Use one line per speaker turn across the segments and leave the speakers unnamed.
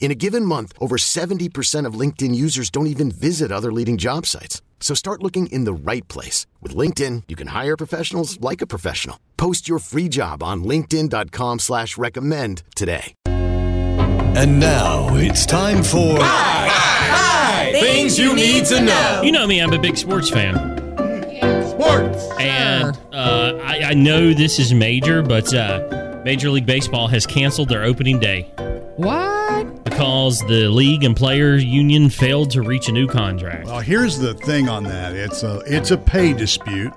In a given month, over 70% of LinkedIn users don't even visit other leading job sites. So start looking in the right place. With LinkedIn, you can hire professionals like a professional. Post your free job on linkedin.com slash recommend today.
And now it's time for
Things you need to know.
You know me, I'm a big sports fan.
Sports.
And uh, I, I know this is major, but uh, Major League Baseball has canceled their opening day
What?
because the league and player union failed to reach a new contract.
Well, Uh, here's the thing on that. It's a it's a pay dispute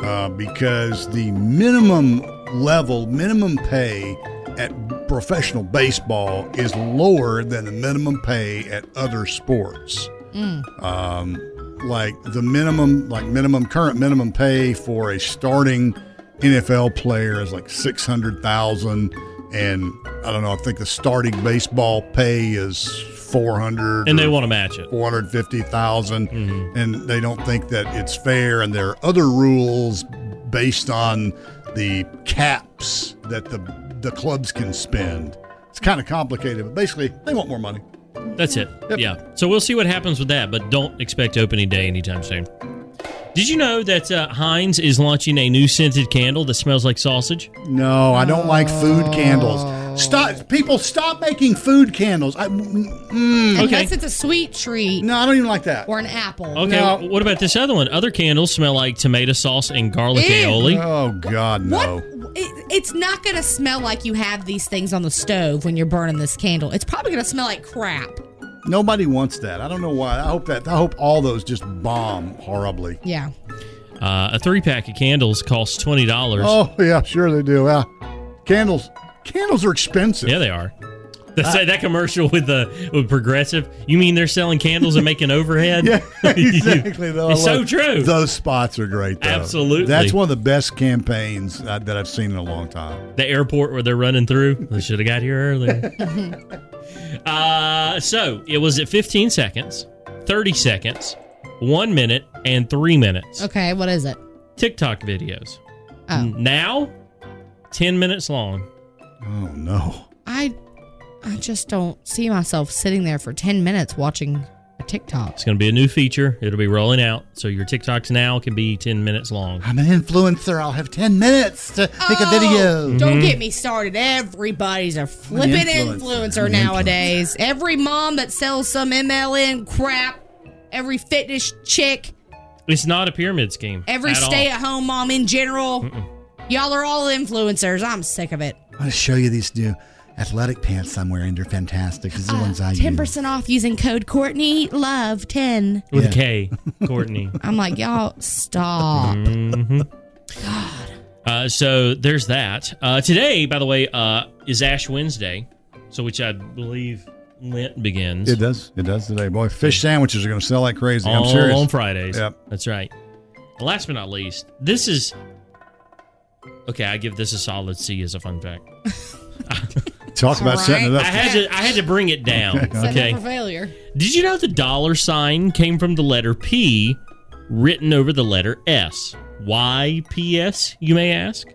uh, because the minimum level, minimum pay at professional baseball is lower than the minimum pay at other sports. Um, like the minimum, like minimum current minimum pay for a starting NFL player is like six hundred thousand, and I don't know. I think the starting baseball pay is four hundred.
And they want to match it.
450,000 and they don't think that it's fair and there are other rules based on the caps that the the clubs can spend. It's kind of complicated, but basically they want more money.
That's it.
Yep.
Yeah. So we'll see what happens with that, but don't expect opening day anytime soon. Did you know that uh, Heinz is launching a new scented candle that smells like sausage?
No, I don't like food candles. Stop people stop making food candles. I mm,
Unless
Okay.
it's a sweet treat
no, I don't even like that.
or an apple.
Okay,
No.
what about this other one? Other candles smell like tomato sauce and garlic
Ew.
aioli.
Oh god, no.
What? It, it's not going to smell like you have these things on the stove when you're burning this candle. It's probably going to smell like crap.
Nobody wants that. I don't know why. I hope that I hope all those just bomb horribly.
Yeah.
Uh, a three pack of candles costs $20.
Oh yeah, sure they do. Yeah. Candles candles are expensive.
Yeah, they are. That's, that commercial with the with Progressive. You mean they're selling candles and making overhead?
Yeah, exactly. though. I
It's so
love-
true.
Those spots are great. Though.
Absolutely.
that's one of the best campaigns uh, that I've seen in a long time.
The airport where they're running through. They should have got here earlier. uh, so it was at 15 seconds, 30 seconds, one minute, and three minutes.
Okay. What is it?
TikTok videos.
Oh,
Now, 10 minutes long.
Oh no!
I, I just don't see myself sitting there for ten minutes watching a TikTok.
It's going to be a new feature. It'll be rolling out. So your TikToks now can be 10 minutes long.
I'm an influencer. I'll have ten minutes to make
Oh.
a video.
Don't get me started. Everybody's a flipping
influencer.
Mm-hmm. influencer,
An influencer.
nowadays. Every mom that sells some MLN crap, every fitness chick,
It's not a pyramid scheme.
every
at all.
stay at home mom in general. Y'all are all influencers. I'm sick of it.
I'm gonna show you these new athletic pants I'm wearing. They're fantastic. These are the ones I
Ten percent off using code Courtney Love ten.
With
Yeah.
a K, Courtney.
I'm like, y'all stop.
Mm, Uh, so there's that. Uh, today, by the way, uh, is Ash Wednesday, so which I believe Lent begins.
It does. It does today, boy. Fish sandwiches are gonna sell like crazy. I'm
all
serious.
on Fridays.
Yep.
That's right. And last but not least, this is okay. I give this a solid C as a fun fact.
Talk about setting it
I
up.
had to I had to bring it down.
Set
Okay.
up for failure.
Did you know the dollar sign came from the letter P, written over the letter S? Why PS? You may ask.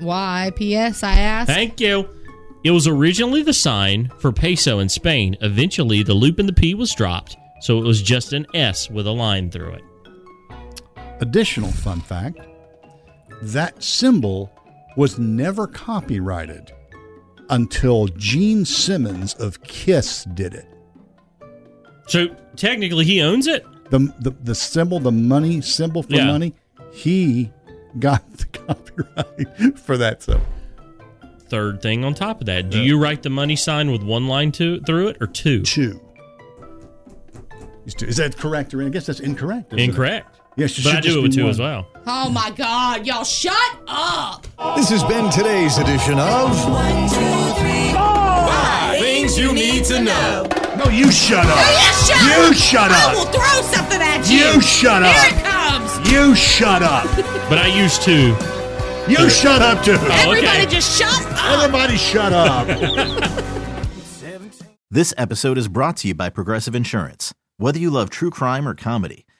Why? P.S. I asked.
Thank you. It was originally the sign for peso in Spain. Eventually, the loop in the P was dropped, so it was just an S with a line through it.
Additional fun fact: that symbol was never copyrighted until Gene Simmons of Kiss did it.
So technically, he owns it.
the the, the symbol, the money symbol for
Yeah.
money. He got the copyright for that. So
Third thing on top of that, do you write the money sign with one line to, through it or two?
two. Is two- is that correct or I guess that's incorrect? isn't it?
Incorrect.
Yes, it
but
should
I
just
do it with
be
two
one.
as well.
Oh my God, y'all shut up.
This has been today's edition of
Five things you need to know.
No, you shut up.
Oh, you shut
You
up.
shut
I will
up.
throw something at you.
You shut up.
Here it comes.
You shut up.
But I use two.
You shut up too.
Oh, okay.
Everybody just shut up.
Everybody shut up.
This episode is brought to you by Progressive Insurance. Whether you love true crime or comedy,